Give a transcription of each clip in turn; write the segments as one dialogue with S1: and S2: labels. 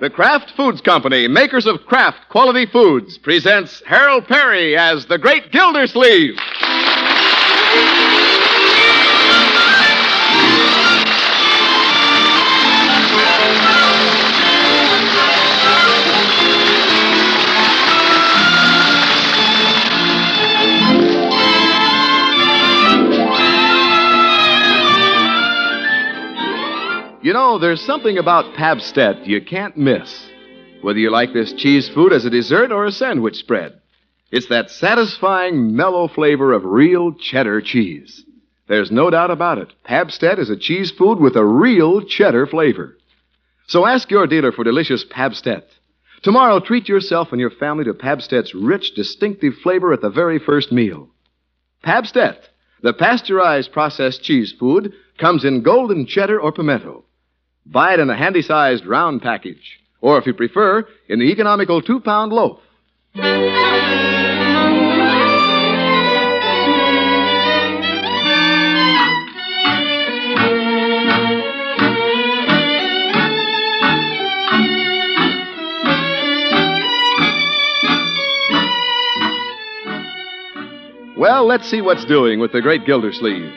S1: The Kraft Foods Company, makers of Kraft quality foods, presents Harold Perry as the Great Gildersleeve. You know, there's something about Pabstet you can't miss. Whether you like this cheese food as a dessert or a sandwich spread, it's that satisfying, mellow flavor of real cheddar cheese. There's no doubt about it. Pabstet is a cheese food with a real cheddar flavor. So ask your dealer for delicious Pabstet. Tomorrow, treat yourself and your family to Pabstet's rich, distinctive flavor at the very first meal. Pabstet, the pasteurized processed cheese food, comes in golden cheddar or pimento. Buy it in a handy sized round package, or if you prefer, in the economical two pound loaf. Well, let's see what's doing with the great Gildersleeve.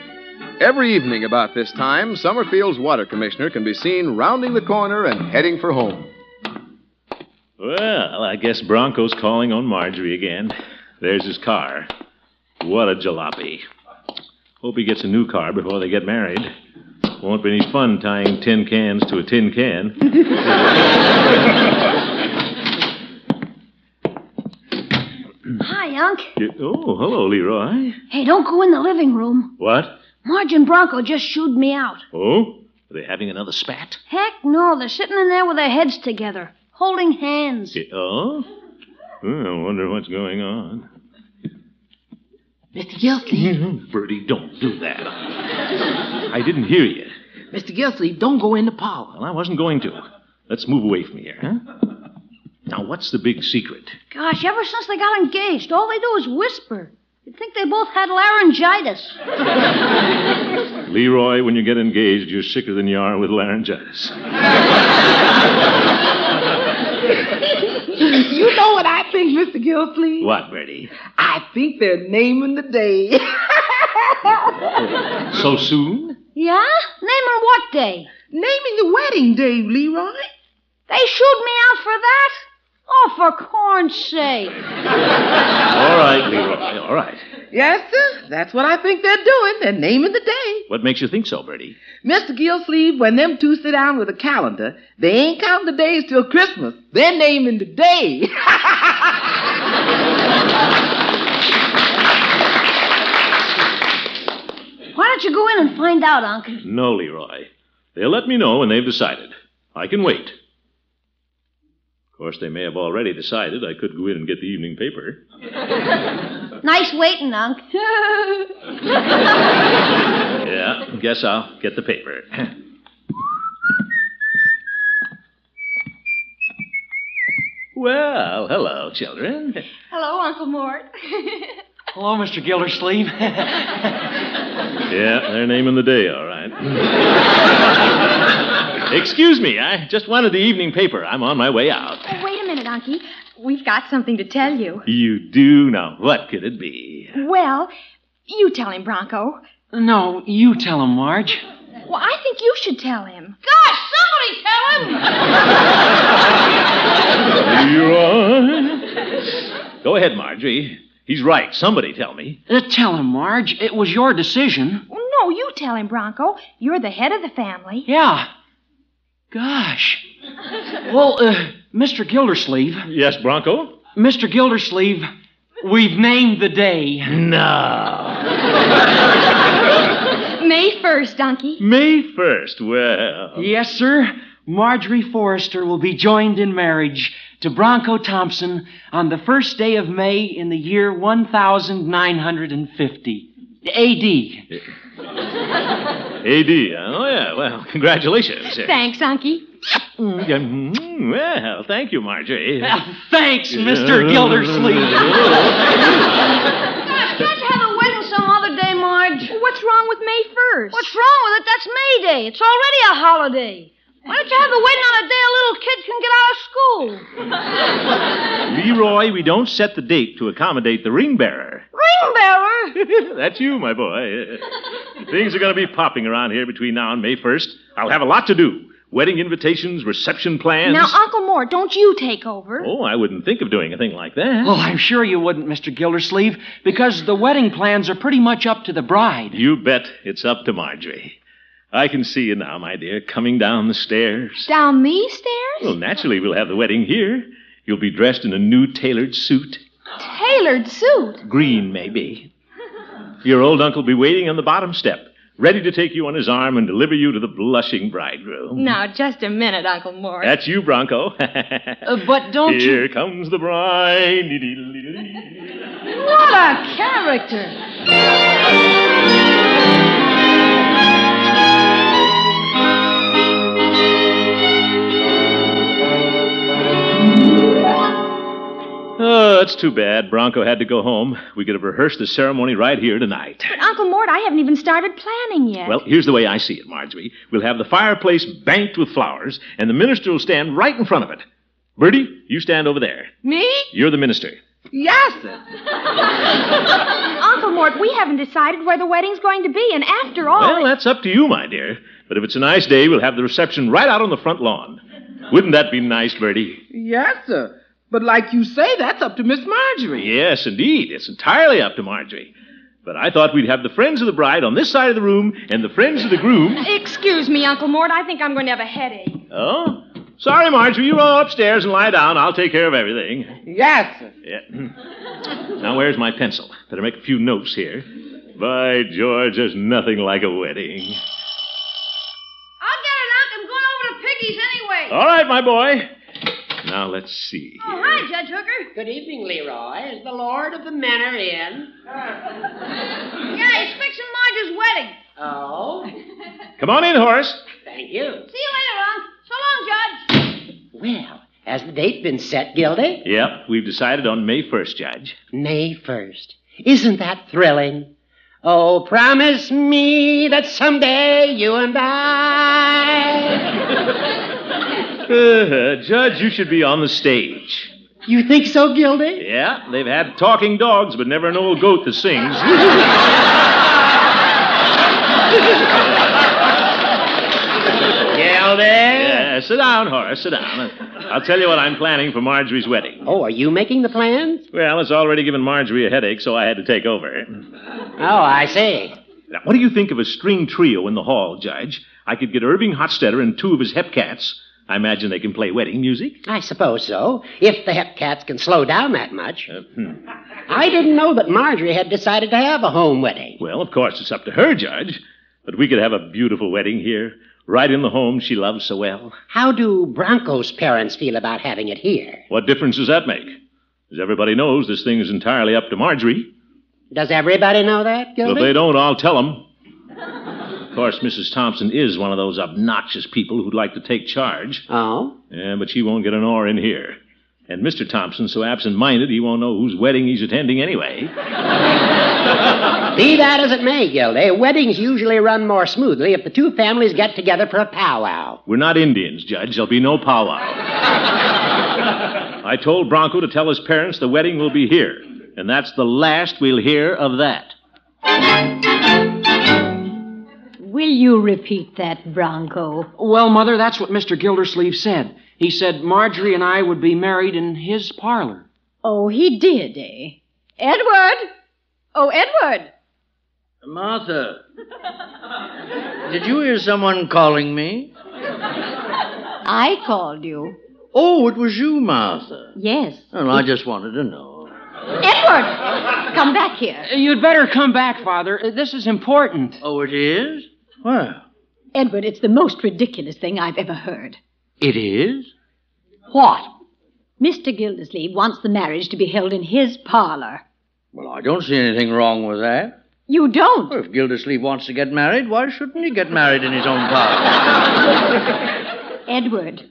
S1: Every evening about this time, Summerfield's water commissioner can be seen rounding the corner and heading for home.
S2: Well, I guess Bronco's calling on Marjorie again. There's his car. What a jalopy. Hope he gets a new car before they get married. Won't be any fun tying tin cans to a tin can.
S3: Hi, Unc.
S2: You- Oh, hello, Leroy.
S3: Hey, don't go in the living room.
S2: What?
S3: Marge and Bronco just shooed me out.
S2: Oh? Are they having another spat?
S3: Heck no, they're sitting in there with their heads together, holding hands.
S2: Yeah, Oh? Hmm, I wonder what's going on.
S4: Mr. Gildersleeve,
S2: Bertie, don't do that. I didn't hear you.
S4: Mr. Gildersleeve, don't go into power.
S2: Well, I wasn't going to. Let's move away from here, huh? Now, what's the big secret?
S3: Gosh, ever since they got engaged, all they do is whisper. You'd think they both had laryngitis.
S2: Leroy, when you get engaged, you're sicker than you are with laryngitis.
S4: You know what I think, Mr. Gildersleeve?
S2: What, Bertie?
S4: I think they're naming the day.
S2: So soon?
S3: Yeah? Name and what day?
S4: Naming the wedding day, Leroy.
S3: They shooed me out for that? Oh, for corn's sake.
S2: All right, Leroy, all right.
S4: Yes, sir. That's what I think they're doing. They're naming the day.
S2: What makes you think so, Bertie?
S4: Mr. Gildersleeve, when them two sit down with a calendar, they ain't counting the days till Christmas. They're naming the day.
S3: Why don't you go in and find out, Unc?
S2: No, Leroy. They'll let me know when they've decided. I can wait. Of course, they may have already decided. I could go in and get the evening paper.
S3: Nice waiting, Unc.
S2: Yeah, guess I'll get the paper. well, hello, children.
S5: Hello, Uncle Mort. Oh,
S6: Hello, Mr. Gildersleeve.
S2: Yeah, they're naming the day, all right. Excuse me, I just wanted the evening paper. I'm on my way out.
S5: oh, wait a minute, Unky. We've got something to tell you.
S2: You do know. What could it be?
S5: Well, you tell him, Bronco.
S6: no, you tell him, Marge.
S5: Well, I think you should tell him.
S3: Gosh, somebody tell him!
S2: Leroy? Go ahead, Marjorie. He's right. Somebody tell me.
S6: Uh, tell him, Marge. It was your decision.
S5: Well, Oh, no, you tell him, Bronco. You're the head of the family.
S6: Yeah. Gosh. Well, uh, Mr. Gildersleeve,
S2: Yes, Bronco?
S6: Mr. Gildersleeve, we've named the day.
S2: No.
S5: May 1st, Unky.
S2: May 1st. Well,
S6: Yes, sir. Marjorie Forrester will be joined in marriage to Bronco Thompson on the first day of May in the year 1950. AD.
S2: AD. Oh, yeah. Well, congratulations.
S5: Thanks, Unky.
S2: Mm, Well, thank you, Marjorie.
S6: Uh, Thanks, Mr. Gildersleeve.
S3: Gosh, can't you have a wedding some other day, Marge?
S5: What's wrong with May 1st?
S3: What's wrong with it? That's May Day. It's already a holiday. Why don't you have the wedding on a day a little little kid can get out of school.
S2: Leroy, we don't set the date to accommodate the ring bearer.
S3: Ring bearer?
S2: That's you, my boy. Things are going to be popping around here between now and May 1st. I'll have a lot to do. Wedding invitations, reception plans.
S5: Now, Uncle Mort, don't you take over.
S2: Oh, I wouldn't think of doing a thing like that.
S6: Well, Oh, I'm sure you wouldn't, Mr. Gildersleeve, because the wedding plans are pretty much up to the bride.
S2: You bet it's up to Marjorie. I can see you now, my dear, coming down the stairs.
S5: Down these stairs?
S2: Well, naturally, we'll have the wedding here. You'll be dressed in a new tailored suit.
S5: Tailored suit.
S2: Green, maybe. Your old uncle will be waiting on the bottom step, ready to take you on his arm and deliver you to the blushing bridegroom.
S5: Now, just a minute, Uncle Mort.
S2: That's you, Bronco.
S5: Oh,
S4: but don't
S2: Uh, Here comes the bride.
S3: What a character.
S2: Oh, it's too bad. Bronco had to go home. We could have rehearsed the ceremony right here tonight.
S5: But Uncle Mort, I haven't even started planning yet.
S2: Well, here's the way I see it, Marjorie. We'll have the fireplace banked with flowers, and the minister will stand right in front of it. Bertie, you stand over there.
S4: Me?
S2: You're the minister.
S4: Yes, sir.
S5: Uncle Mort, we haven't decided where the wedding's going to be, and after all,
S2: Well, that's up to you, my dear. But if it's a nice day, we'll have the reception right out on the front lawn. Wouldn't that be nice, Bertie?
S4: Yes, sir. But like you say, that's up to Miss Marjorie.
S2: Yes, indeed. It's entirely up to Marjorie. But I thought we'd have the friends of the bride on this side of the room and the friends of the groom.
S5: excuse me, Uncle Mort, I think I'm going to have a headache.
S2: Oh? Sorry, Marjorie. You roll upstairs and lie down. I'll take care of everything.
S4: Yes, sir.
S2: Yeah. now, where's my pencil? Better make a few notes here. By George, there's nothing like a wedding.
S3: I'll get it, Unc. I'm going over to Piggy's anyway.
S2: All right, my boy. Now, let's see.
S3: Oh, hi, Judge Hooker.
S7: Good evening, Leroy. Is the lord of the manor in?
S3: Yeah, he's fixing Marge's wedding.
S7: Oh,
S2: Come on in, Horace.
S7: thank you.
S3: See you later, Unc. So long, Judge.
S7: Well, has the date been set, Gildy?
S2: Yep, we've decided on May 1st, Judge.
S7: May 1st. Isn't that thrilling? Oh, promise me that someday you and I.
S2: Uh, Judge, you should be on the stage.
S7: You think so, Gildy?
S2: Yeah, they've had talking dogs, but never an old goat that sings.
S7: Oh, Gildy?
S2: Yeah, sit down, Horace, sit down. I'll tell you what I'm planning for Marjorie's wedding.
S7: Oh, are you making the plans?
S2: Well, it's already given Marjorie a headache, so I had to take over.
S7: Oh, I see.
S2: Now, what do you think of a string trio in the hall, Judge? I could get Irving Hotstetter and two of his hep cats. I imagine they can play wedding music.
S7: I suppose so, if the hep cats can slow down that much.
S2: Uh, hmm.
S7: I didn't know that Marjorie had decided to have a home wedding.
S2: Well, of course, it's up to her, Judge. But we could have a beautiful wedding here, right in the home she loves so well.
S7: How do Bronco's parents feel about having it here?
S2: What difference does that make? As everybody knows, this thing is entirely up to Marjorie.
S7: Does everybody know that,
S2: Well,
S7: Gildy?
S2: if they don't, I'll tell them. Of course, Mrs. Thompson is one of those obnoxious people who'd like to take charge.
S7: Oh,
S2: Yeah, but she won't get an R in here. And Mr. Thompson's so absent minded, he won't know whose wedding he's attending anyway.
S7: be that as it may, Gildy, weddings usually run more smoothly if the two families get together for a powwow.
S2: We're not Indians, Judge. There'll be no powwow. I told Bronco to tell his parents the wedding will be here, and that's the last we'll hear of that.
S3: Will you repeat that, Bronco?
S6: Well, Mother, that's what Mr. Gildersleeve said. He said Marjorie and I would be married in his parlor.
S3: Oh, he did, eh? Edward! Oh, Edward!
S8: Martha, did you hear someone calling me?
S3: I called you.
S8: Oh, it was you, Martha.
S3: Yes.
S8: Well, I just wanted to know.
S3: Edward! Come back here.
S6: Uh, You'd better come back, Father. Uh, This is important.
S8: Oh, it is? Well,
S3: Edward, it's the most ridiculous thing I've ever heard.
S8: it is?
S3: What? Mr. Gildersleeve wants the marriage to be held in his parlor.
S8: Well, I don't see anything wrong with that.
S3: You don't?
S8: Well, if Gildersleeve wants to get married, why shouldn't he get married in his own parlor?
S3: Edward,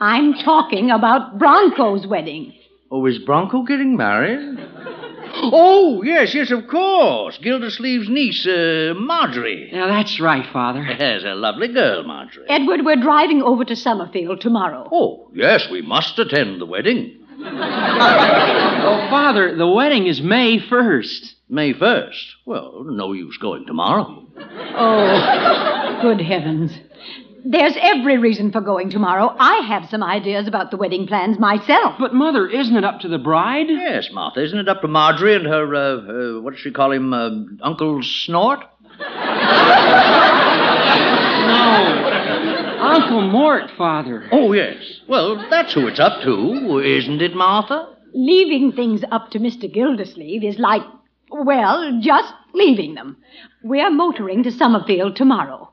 S3: I'm talking about Bronco's wedding.
S8: Oh, is Bronco getting married? Oh, yes, yes, of course. Gildersleeve's niece, uh, Marjorie.
S6: Now, that's right, Father.
S8: There's a lovely girl, Marjorie.
S3: Edward, we're driving over to Summerfield tomorrow.
S8: Oh, yes, we must attend the wedding.
S6: Oh, Father, the wedding is May 1st.
S8: May 1st. Well, no use going tomorrow.
S3: Oh, good heavens. There's every reason for going tomorrow. I have some ideas about the wedding plans myself.
S6: But, Mother, isn't it up to the bride?
S8: Yes, Martha, isn't it up to Marjorie and her, uh, uh, what does she call him, uh, Uncle Snort?
S6: Uncle Mort, Father.
S8: Oh, yes. Well, that's who it's up to, isn't it, Martha?
S3: Leaving things up to Mr. Gildersleeve is like, well, just leaving them. We're motoring to Summerfield tomorrow.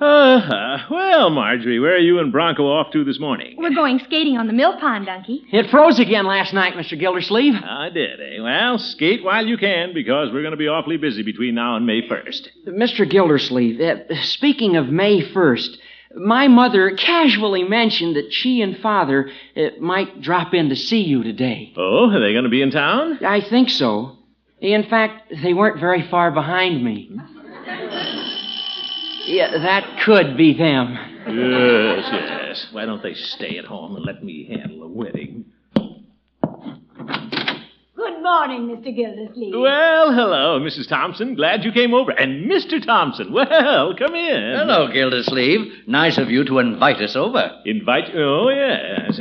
S2: Uh-huh. Well, Marjorie, where are you and Bronco off to this morning?
S5: We're going skating on the mill pond, Unky.
S6: It froze again last night, Mr. Gildersleeve.
S2: I did, eh? Well, skate while you can because we're going to be awfully busy between now and May 1st.
S6: Mr. Gildersleeve, uh, speaking of May 1st, my mother casually mentioned that she and Father uh, might drop in to see you today.
S2: Oh, are they going to be in town?
S6: I think so. In fact, they weren't very far behind me. Yeah, that could be them.
S2: Yes, yes. Why don't they stay at home and let me handle the wedding?
S3: Good morning, Mr. Gildersleeve.
S2: Well, hello, Mrs. Thompson. Glad you came over. And Mr. Thompson, well, come in.
S8: Hello, Gildersleeve. Nice of you to invite us over.
S2: Invite. Oh, yes.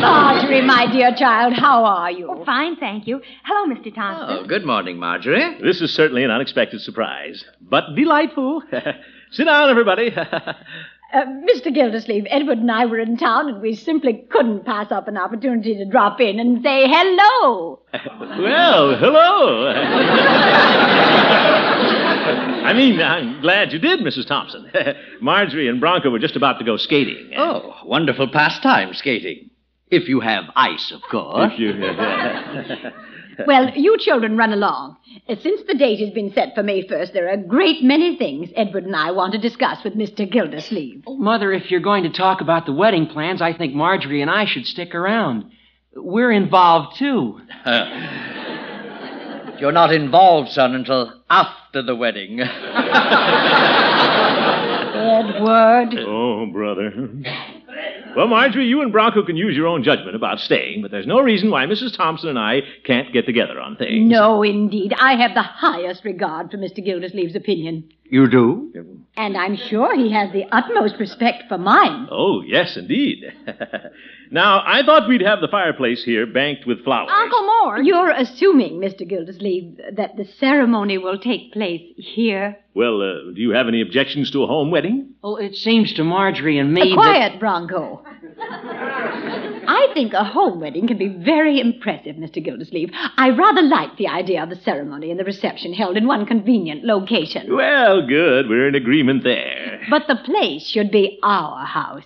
S3: Marjorie, my dear child, how are you?
S5: Oh, Fine, thank you. Hello, Mr. Thompson.
S8: Oh, good morning, Marjorie.
S2: This is certainly an unexpected surprise, but delightful. Sit down, everybody.
S3: Uh, Mr. Gildersleeve, Edward and I were in town, and we simply couldn't pass up an opportunity to drop in and say hello.
S2: well, hello. I mean, I'm glad you did, Mrs. Thompson. Marjorie and Bronco were just about to go skating.
S8: Oh, wonderful pastime, skating. If you have ice, of course.
S2: If you-
S3: Well, you children run along. Uh, Since the date has been set for May 1st, there are a great many things Edward and I want to discuss with Mr. Gildersleeve.
S6: Oh, Mother, if you're going to talk about the wedding plans, I think Marjorie and I should stick around. We're involved, too.
S8: You're not involved, son, until after the wedding.
S3: Edward.
S2: Oh, brother. Well, Marjorie, you and Bronco can use your own judgment about staying, but there's no reason why Mrs. Thompson and I can't get together on things.
S3: No, indeed. I have the highest regard for Mr. Gildersleeve's opinion.
S8: you do?
S3: And I'm sure he has the utmost respect for mine.
S2: Oh, yes, indeed. now, I thought we'd have the fireplace here banked with flowers.
S6: Uh,
S5: Uncle Mort.
S3: You're assuming, Mr. Gildersleeve, that the ceremony will take place here?
S2: Well, uh, do you have any objections to a home wedding?
S6: Well, Oh, it seems to Marjorie and me. that-
S3: Quiet, Bronco. I think a home wedding can be very impressive, Mr. Gildersleeve. I rather like the idea of the ceremony and the reception held in one convenient location.
S2: Well, good. We're in agreement there.
S3: But the place should be our house.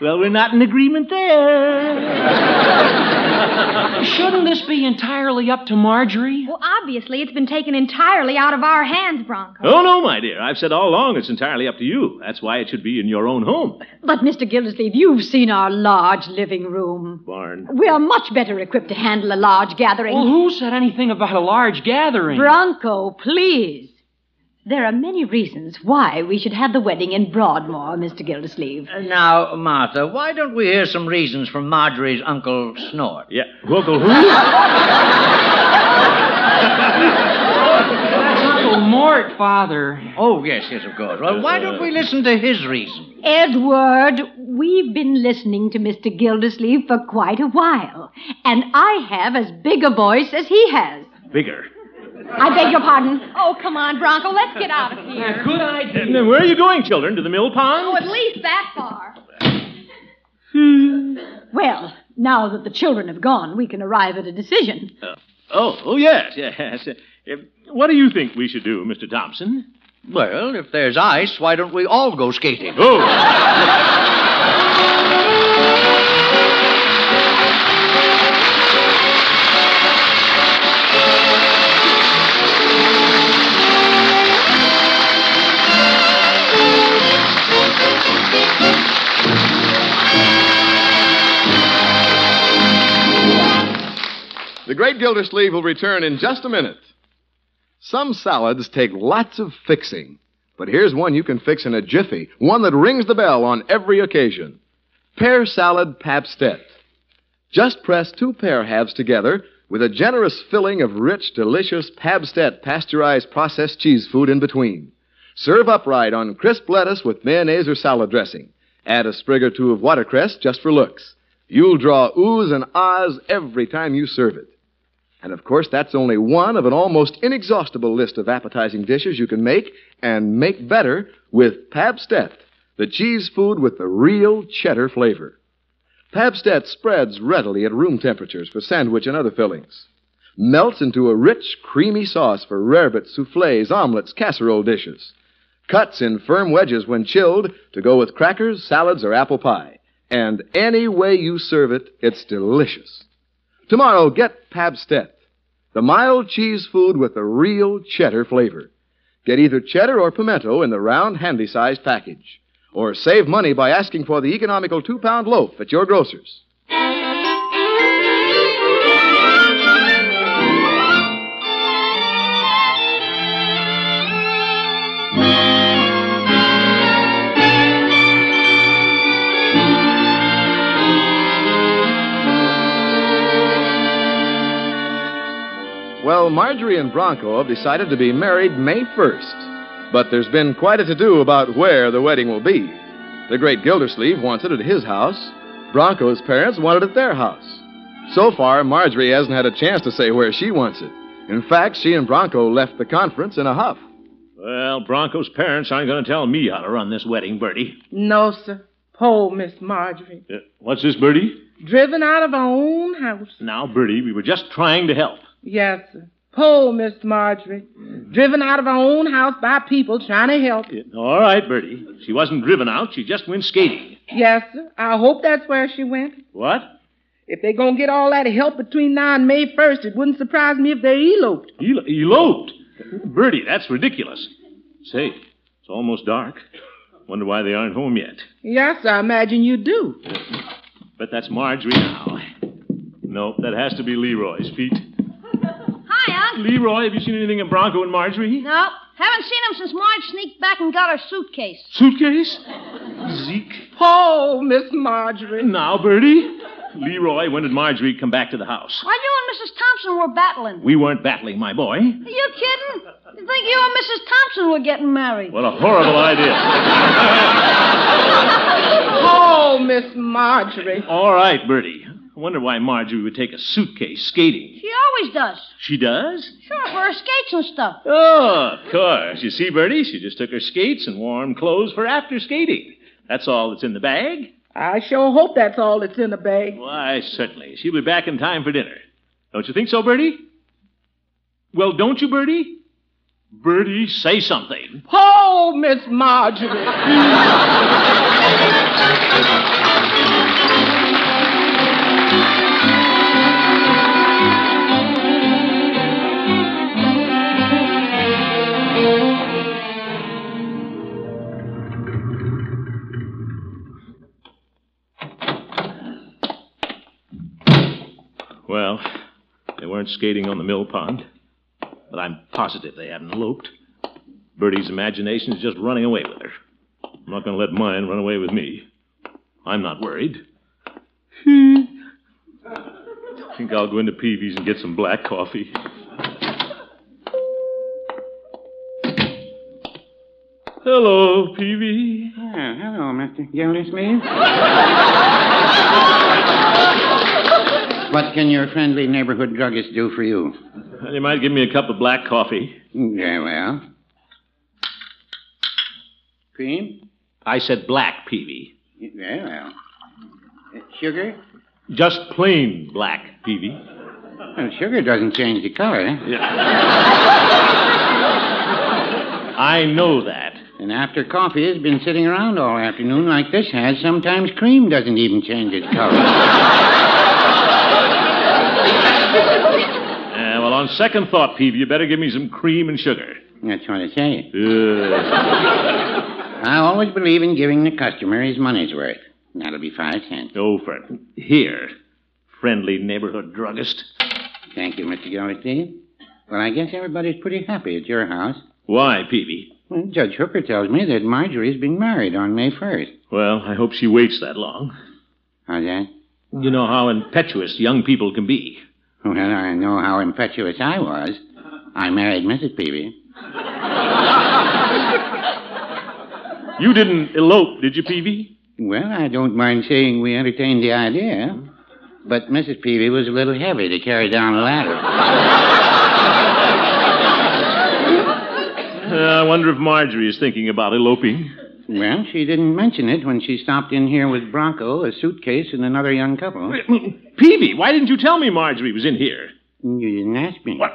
S2: Well, we're not in agreement there.
S3: Oh.
S6: Shouldn't this be entirely up to Marjorie?
S5: Well, obviously, it's been taken entirely out of our hands, Bronco.
S2: Oh, no, my dear. I've said all along it's entirely up to you. That's why it should be in your own home.
S3: But, Mr. Gildersleeve, you've seen our large living room.
S2: Barn.
S3: We're much better equipped to handle a large gathering.
S2: Oh,
S6: Well, who said anything about a large gathering?
S3: Bronco, please. There are many reasons why we should have the wedding in Broadmoor, Mr. Gildersleeve.
S8: Now, Martha, why don't we hear some reasons from Marjorie's Uncle Snort?
S2: Yeah. Local who?
S6: That's Uncle Mort, Father.
S8: Oh, yes, yes, of course. Well, why don't
S2: Uh,
S8: we listen to his reasons?
S3: Edward, we've been listening to Mr. Gildersleeve for quite a while, and I have as big a voice as he has.
S2: Bigger.
S3: I beg your pardon.
S5: Oh, come on, Bronco. Let's get out of here.
S6: Good idea.
S2: And then where are you going, children? To the mill pond?
S5: Oh, at least that far.
S3: Well, now that the children have gone, we can arrive at a decision.
S8: Uh,
S2: Oh, oh yes, yes. Uh, What do you think we should do, Mr. Thompson?
S8: Well, if there's ice, why don't we all go skating?
S2: Oh,
S1: great Gildersleeve will return in just a minute. Some salads take lots of fixing, but here's one you can fix in a jiffy, one that rings the bell on every occasion. Pear salad Pabstet. Just press two pear halves together with a generous filling of rich, delicious Pabstet pasteurized processed cheese food in between. Serve upright on crisp lettuce with mayonnaise or salad dressing. Add a sprig or two of watercress just for looks. You'll draw oohs and ahs every time you serve it. And of course, that's only one of an almost inexhaustible list of appetizing dishes you can make and make better with Pabstet, the cheese food with the real cheddar flavor. Pabstet spreads readily at room temperatures for sandwich and other fillings. Melts into a rich, creamy sauce for rarebits, souffles, omelets, casserole dishes. Cuts in firm wedges when chilled to go with crackers, salads, or apple pie. And any way you serve it, it's delicious. Tomorrow, get Pabstet, the mild cheese food with the real cheddar flavor. Get either cheddar or pimento in the round, handy sized package. Or save money by asking for the economical two pound loaf at your grocer's. Well, Marjorie and Bronco have decided to be married May 1st. But there's been quite a to do about where the wedding will be. The great Gildersleeve wants it at his house, Bronco's parents want it at their house. So far, Marjorie hasn't had a chance to say where she wants it. In fact, she and Bronco left the conference in a huff.
S2: Well, Bronco's parents aren't going to tell me how to run this wedding, Bertie.
S4: No, sir. Poor Miss Marjorie.
S2: Uh, what's this, Bertie?
S4: Driven out of her own house.
S2: Now, Bertie, we were just trying to help.
S4: Yes, sir. Poor Miss Marjorie. Driven out of her own house by people trying to help.
S2: All right, Bertie. She wasn't driven out. She just went skating.
S4: Yes, sir. I hope that's where she went.
S2: What?
S4: If they're going to get all that help between now and May 1st, it wouldn't surprise me if they eloped.
S2: El- eloped? Bertie, that's ridiculous. Say, it's almost dark. Wonder why they aren't home yet.
S4: Yes, I imagine you do.
S2: Bet that's Marjorie now. Nope, that has to be Leroy's feet.
S9: Hi, Unc.
S2: Leroy, have you seen anything of Bronco and Marjorie?
S9: No, haven't seen him since Marge sneaked back and got her suitcase.
S2: Suitcase? Zeke.
S4: Oh, Miss Marjorie.
S2: Now, Bertie. Leroy, when did Marjorie come back to the house?
S9: Why, you and Mrs. Thompson were battling.
S2: We weren't battling, my boy.
S9: Are you kidding? You think you and Mrs. Thompson were getting married?
S2: What a horrible idea.
S4: Oh, Miss Marjorie.
S2: All right, Bertie. I wonder why Marjorie would take a suitcase skating.
S9: She always does.
S2: She does?
S9: Sure, for her skates and stuff.
S2: Oh, of course. You see, Bertie, she just took her skates and warm clothes for after skating. That's all that's in the bag.
S4: I sure hope that's all that's in the bag.
S2: Why, certainly. She'll be back in time for dinner. Don't you think so, Bertie? Well, don't you, Bertie? Bertie, say something.
S4: Oh, Miss Marjorie.
S2: Well, they weren't skating on the mill pond, but I'm positive they haven't eloped. Bertie's imagination is just running away with her. I'm not going to let mine run away with me. I'm not worried. I think I'll go into Peavy's and get some black coffee. Hello, Peavy.
S10: hello, Mr. Gildersleeve. what can your friendly neighborhood druggist do for you?
S2: You might give me a cup of black coffee.
S10: Very well. Cream?
S2: I said black, Peavy.
S10: Very well. Uh, Sugar?
S2: Just plain black, Peavy.
S10: Well, sugar doesn't change the color.
S2: I know that.
S10: And after coffee has been sitting around all afternoon like this has, sometimes cream doesn't even change its color.
S2: Uh, well, on second thought, Peavy, you better give me some cream and sugar.
S10: That's what I say.
S2: Uh,
S10: I always believe in giving the customer his money's worth.
S2: Oh,
S10: That'll be five cents.
S2: Over. Here. Friendly neighborhood druggist.
S10: Thank you, Mr. Gildersleeve. Well, I guess everybody's pretty happy at your house.
S2: Why, Peavy?
S10: Well, Judge Hooker tells me that Marjorie's being married on May 1st.
S2: Well, I hope she waits that long.
S10: How's that?
S2: You know how impetuous young people can be.
S10: Well, I know how impetuous I was. I married Mrs. Peavy.
S2: You didn't elope, did you, Peavy?
S10: Well, I don't mind saying we entertained the idea, but Mrs. Peavy was a little heavy to carry down a ladder.
S2: Uh, I wonder if Marjorie is thinking about eloping.
S10: Well, she didn't mention it when she stopped in here with Bronco, a suitcase, and another young couple.
S2: Peavy, why didn't you tell me Marjorie was in here?
S10: You didn't ask me. What?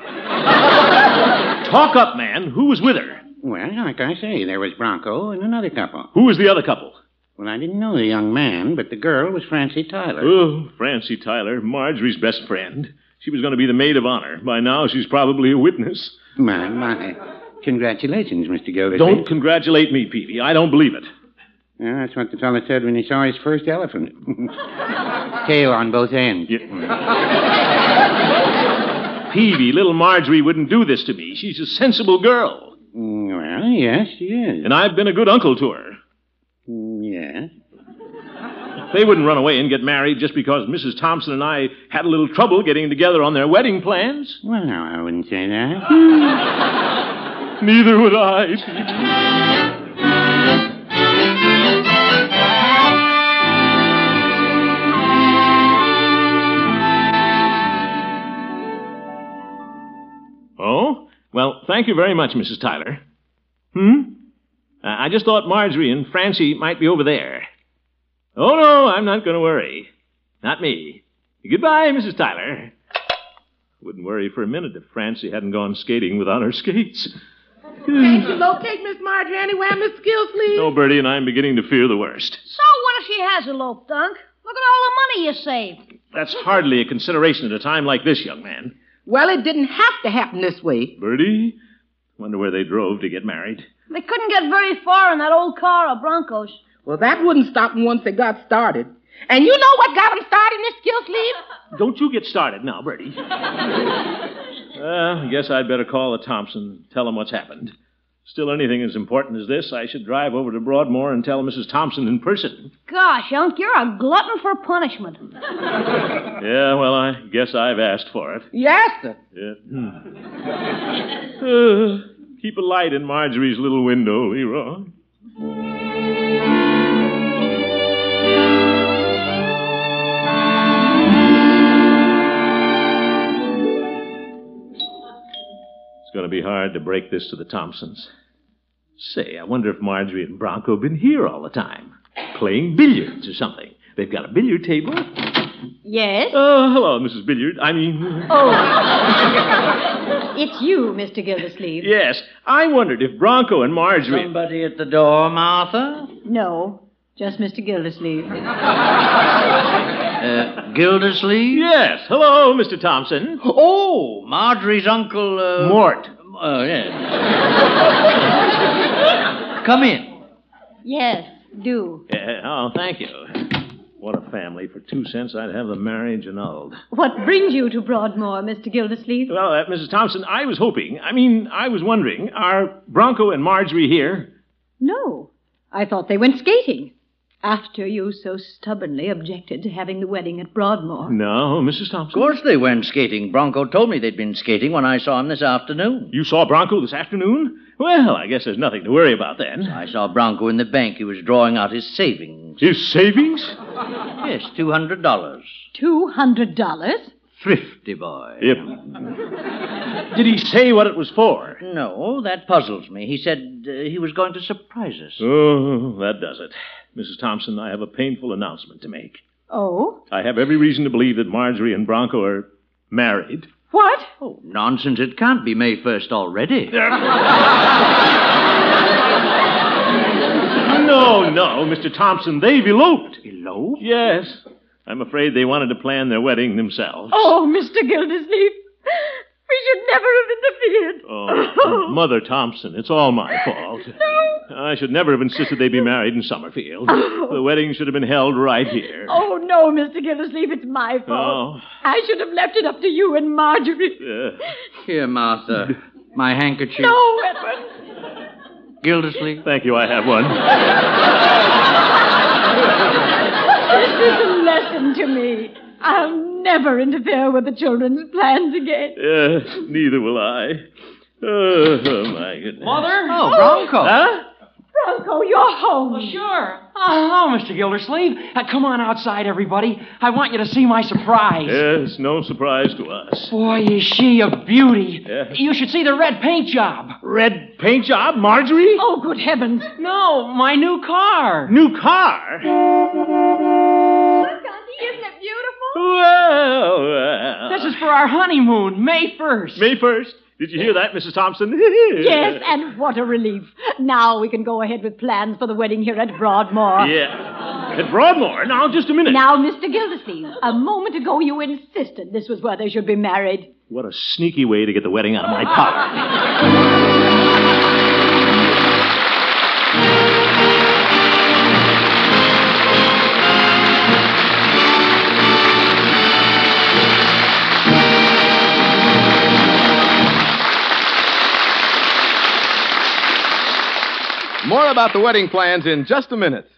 S2: Talk up, man. Who was with her?
S10: Well, like I say, there was Bronco and another couple.
S2: Who was the other couple?
S10: Well, I didn't know the young man, but the girl was Francie Tyler.
S2: Oh, Francie Tyler, Marjorie's best friend. She was going to be the maid of honor. By now, she's probably a witness.
S10: My, my. Congratulations, Mr. Gildersleeve.
S2: Don't congratulate me, Peavy. I don't believe it.
S10: Yeah, that's what the fellow said when he saw his first elephant. Tail on both ends.
S2: Peavy, little Marjorie wouldn't do this to me. She's a sensible girl.
S10: Mm, Well, yes, she is. Mm,
S2: And I've been a good uncle to her.
S10: Yes.
S2: They wouldn't run away and get married just because Mrs. Thompson and I had a little trouble getting together on their wedding plans.
S10: Well, no, I wouldn't say that.
S2: Neither would I. Oh? Well, thank you very much, Mrs. Tyler. Hmm? Uh, I just thought Marjorie and Francie might be over there. Oh, no, I'm not going to worry. Not me. Goodbye, Mrs. Tyler. Wouldn't worry for a minute if Francie hadn't gone skating without her skates.
S4: Can't you locate Miss Marjorie anywhere, Miss Gilsleeve?
S2: No, Bertie, and I'm beginning to fear the worst.
S9: So what if she has eloped, Dunk? Look at all the money you saved.
S2: That's hardly a consideration at a time like this, young man.
S4: Well, it didn't have to happen this way.
S2: Bertie? Wonder where they drove to get married.
S9: They couldn't get very far in that old car of Broncos.
S4: Well, that wouldn't stop them once they got started. And you know what got them started, Miss Gilsleeve?
S2: Don't you get started now, Bertie. Uh, I guess I'd better call the Thompson, tell them what's happened. Still, anything as important as this, I should drive over to Broadmoor and tell Mrs. Thompson in person.
S9: Gosh, Unc, you're a glutton for punishment.
S2: Yeah, well, I guess I've asked for it.
S4: Yes, sir.
S2: Yeah. hmm. Uh, keep a light in Marjorie's little window, Leroy. It's going to be hard to break this to the Thompsons. Say, I wonder if Marjorie and Bronco have been here all the time, playing billiards or something. They've got a billiard table.
S3: Yes?
S2: Oh, hello, Mrs. Billiard. I mean,
S3: Oh. it's you, Mr. Gildersleeve.
S2: yes. I wondered if Bronco and Marjorie.
S8: Somebody at the door, Martha?
S3: No, just Mr. Gildersleeve.
S8: Uh, Gildersleeve?
S2: Yes. Hello, Mr. Thompson.
S8: Oh, Marjorie's uncle. Uh,
S2: Mort.
S8: Oh, yes. Come in.
S3: yes, do.
S2: Yeah, oh, thank you. What a family. For two cents, I'd have the marriage annulled.
S3: What brings you to Broadmoor, Mr. Gildersleeve?
S2: Well, uh, Mrs. Thompson, I was hoping. I mean, I was wondering. Are Bronco and Marjorie here?
S3: No, I thought they went skating. After you so stubbornly objected to having the wedding at Broadmoor.
S2: No, Mrs.
S8: Of
S2: Thompson.
S8: course they went skating. Bronco told me they'd been skating when I saw him this afternoon.
S2: You saw Bronco this afternoon? Well, I guess there's nothing to worry about then.
S8: I saw Bronco in the bank. He was drawing out his savings.
S2: His savings?
S8: Yes, $200.
S3: Two hundred dollars?
S8: Thrifty boy.
S2: Yep. Did he say what it was for?
S8: No, that puzzles me. He said uh, he was going to surprise us.
S2: Oh, that does it. Mrs. Thompson, I have a painful announcement to make.
S3: Oh?
S2: I have every reason to believe that Marjorie and Bronco are married.
S3: What?
S8: Oh, nonsense. It can't be May 1st already.
S2: No, no, Mr. Thompson, they've eloped.
S8: Eloped?
S2: Yes. I'm afraid they wanted to plan their wedding themselves.
S3: Oh, Mr. Gildersleeve. We should never have interfered.
S2: Oh, Mother Thompson, it's all my fault.
S3: No.
S2: I should never have insisted they be married in Summerfield.
S3: Oh.
S2: The wedding should have been held right here.
S3: Oh, no, Mr. Gildersleeve, it's my
S2: Oh.
S3: fault. I should have left it up to you and Marjorie.
S2: Uh.
S8: Here, Martha, my handkerchief.
S3: No, Edward.
S8: Gildersleeve.
S2: Thank you, I have one.
S3: this is a lesson to me. I'll never interfere with the children's plans again.
S2: Uh, neither will I. Oh, oh, my goodness.
S6: Mother?
S3: Oh, Bronco.
S2: Huh?
S3: Bronco, you're home.
S6: sure. Oh, hello, Mr. Gildersleeve. Uh, come on outside, everybody. I want you to see my surprise.
S2: Yes, no surprise to us.
S6: Boy, is she a beauty.
S2: Yeah.
S6: You should see the red paint job.
S2: Red paint job? Marjorie?
S3: Oh, good heavens.
S6: No, my new car.
S2: New car?
S3: Look, Uncle, isn't it beautiful?
S2: Well, well.
S6: This is for our honeymoon, May 1st.
S2: May 1st. Did you hear that, Mrs. Thompson?
S3: Yes, and what a relief. Now we can go ahead with plans for the wedding here at Broadmoor.
S2: Yeah. At Broadmoor. Now, just a minute.
S3: Now, Mr. Gildersleeve, a moment ago you insisted this was where they should be married.
S2: What a sneaky way to get the wedding out of my pocket.
S1: More about the wedding plans in just a minute.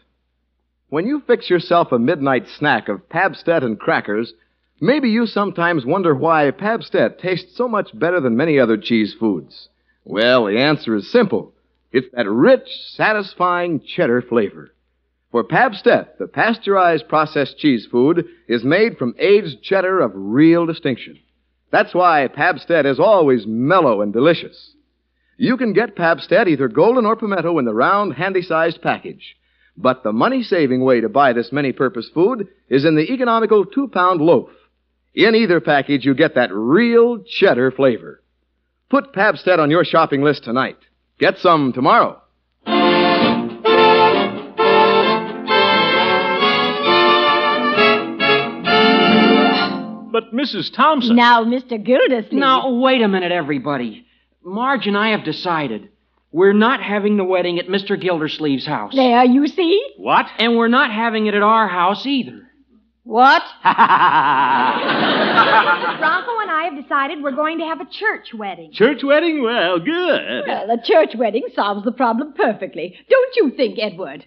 S1: When you fix yourself a midnight snack of Pabstet and crackers, maybe you sometimes wonder why Pabstet tastes so much better than many other cheese foods. Well, the answer is simple. It's that rich, satisfying cheddar flavor. For Pabstet, the pasteurized processed cheese food is made from aged cheddar of real distinction. That's why Pabstet is always mellow and delicious. You can get Pabstet either golden or pimento in the round, handy sized package. But the money saving way to buy this many purpose food is in the economical two pound loaf. In either package, you get that real cheddar flavor. Put Pabstet on your shopping list tonight. Get some tomorrow.
S2: But Mrs. Thompson.
S3: Now, Mr. Gildersleeve.
S6: Now, wait a minute, everybody. Marge and I have decided we're not having the wedding at Mr. Gildersleeve's house.
S3: There, you see?
S2: What?
S6: And we're not having it at our house either.
S3: What?
S5: Bronco and I have decided we're going to have a church wedding.
S2: Church wedding? Well, good.
S3: Well, a church wedding solves the problem perfectly. Don't you think, Edward?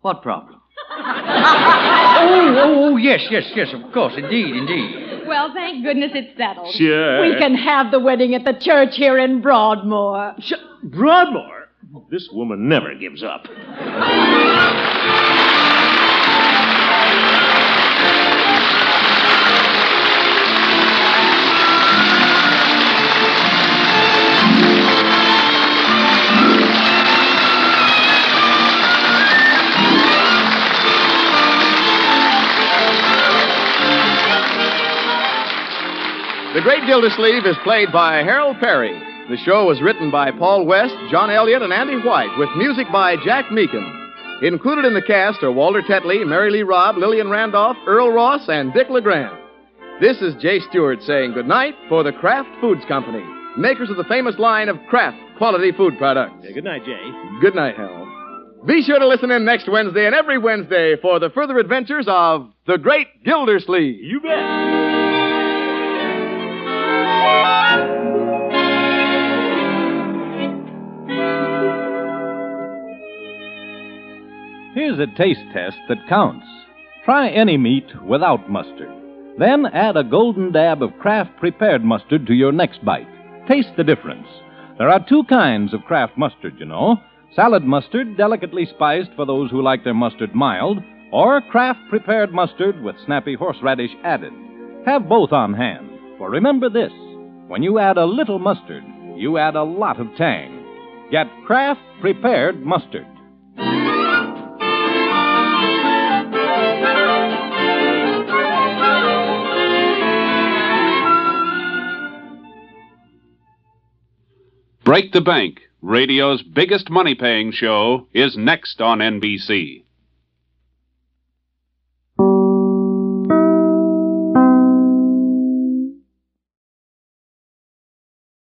S11: What problem? oh, oh, oh, yes, yes, yes, of course, indeed, indeed.
S3: Well, thank goodness it's settled.
S2: Sure.
S3: We can have the wedding at the church here in Broadmoor.
S2: Ch- Broadmoor? This woman never gives up.
S1: The Great Gildersleeve is played by Harold Perry. The show was written by Paul West, John Elliott, and Andy White, with music by Jack Meakin. Included in the cast are Walter Tetley, Mary Lee Robb, Lillian Randolph, Earl Ross, and Dick LeGrand. This is Jay Stewart saying goodnight for the Kraft Foods Company, makers of the famous line of Kraft quality food products.
S2: Yeah, good night, Jay.
S1: Good night, Harold. Be sure to listen in next Wednesday and every Wednesday for the further adventures of the Great Gildersleeve.
S2: You bet.
S12: Here's a taste test that counts. Try any meat without mustard. Then add a golden dab of Kraft prepared mustard to your next bite. Taste the difference. There are two kinds of Kraft mustard, you know salad mustard, delicately spiced for those who like their mustard mild, or Kraft prepared mustard with snappy horseradish added. Have both on hand, for remember this when you add a little mustard, you add a lot of tang. Get Kraft prepared mustard.
S13: Break the Bank, radio's biggest money paying show, is next on NBC.